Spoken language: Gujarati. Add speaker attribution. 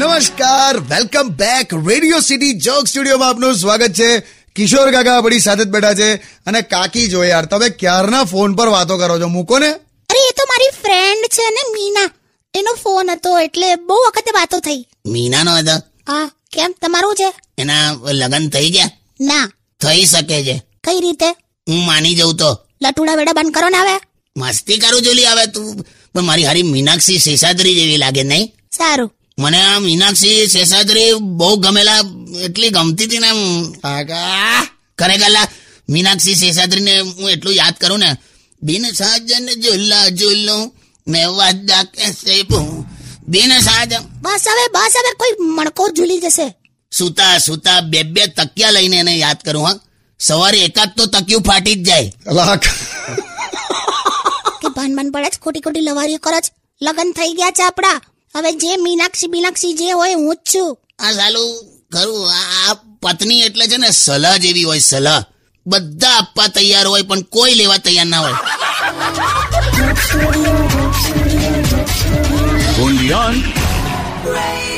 Speaker 1: નમસ્કાર welcome back Radio City joke સ્ટુડિયોમાં આપનું સ્વાગત છે કિશોર કાકા આપણી સાથે જ બેઠા છે અને કાકી જો યાર તમે ક્યારના ફોન પર વાતો કરો છો મૂકો ને
Speaker 2: અરે એ તો મારી ફ્રેન્ડ છે ને મીના એનો ફોન હતો એટલે બહુ વખતે વાતો થઈ
Speaker 3: મીનાનો હતો
Speaker 2: હા કેમ તમારું છે
Speaker 3: એના લગ્ન થઈ ગયા
Speaker 2: ના
Speaker 3: થઈ શકે છે
Speaker 2: કઈ રીતે
Speaker 3: હું માની જઉં તો
Speaker 2: લટુડા વેડા બંધ કરો ને હવે
Speaker 3: મસ્તી કરું છું લી હવે તું પણ મારી હારી મીનાક્ષી શેષાદ્રી જેવી લાગે નહીં
Speaker 2: સારું
Speaker 3: મને આ મીનાક્ષી શેષાદ્રી બહુ ગમેલા એટલી ગમતી હતી ને આમ, આહ, ખરેખર લા, મીનાક્ષી શેષાદ્રીને હું એટલું યાદ કરું ને બિન સાજન જુલ્લા જુલ્લું મેં વાદા કેસે ભૂ બિન સાજન
Speaker 2: બસ હવે બસ હવે કોઈ મણકો ઝૂલી જશે
Speaker 3: સુતા સુતા બે બે તકિયા લઈને એને યાદ કરું હા સવારે એકાદ તો તકિયું ફાટી જ જાય
Speaker 1: લાખ
Speaker 2: કે ભાન ભાન પડે જ ખોટી ખોટી લવારીઓ કરો જ લગ્ન થઈ ગયા છે આપડા હવે જે મીનાક્ષી બીનાક્ષી જે હોય હું જ છું
Speaker 3: આ સાલું ખરું આ આ પત્ની એટલે છે ને સલાહ જેવી હોય સલાહ બધા આપવા તૈયાર હોય પણ કોઈ લેવા તૈયાર ના હોય
Speaker 4: only on
Speaker 5: Radio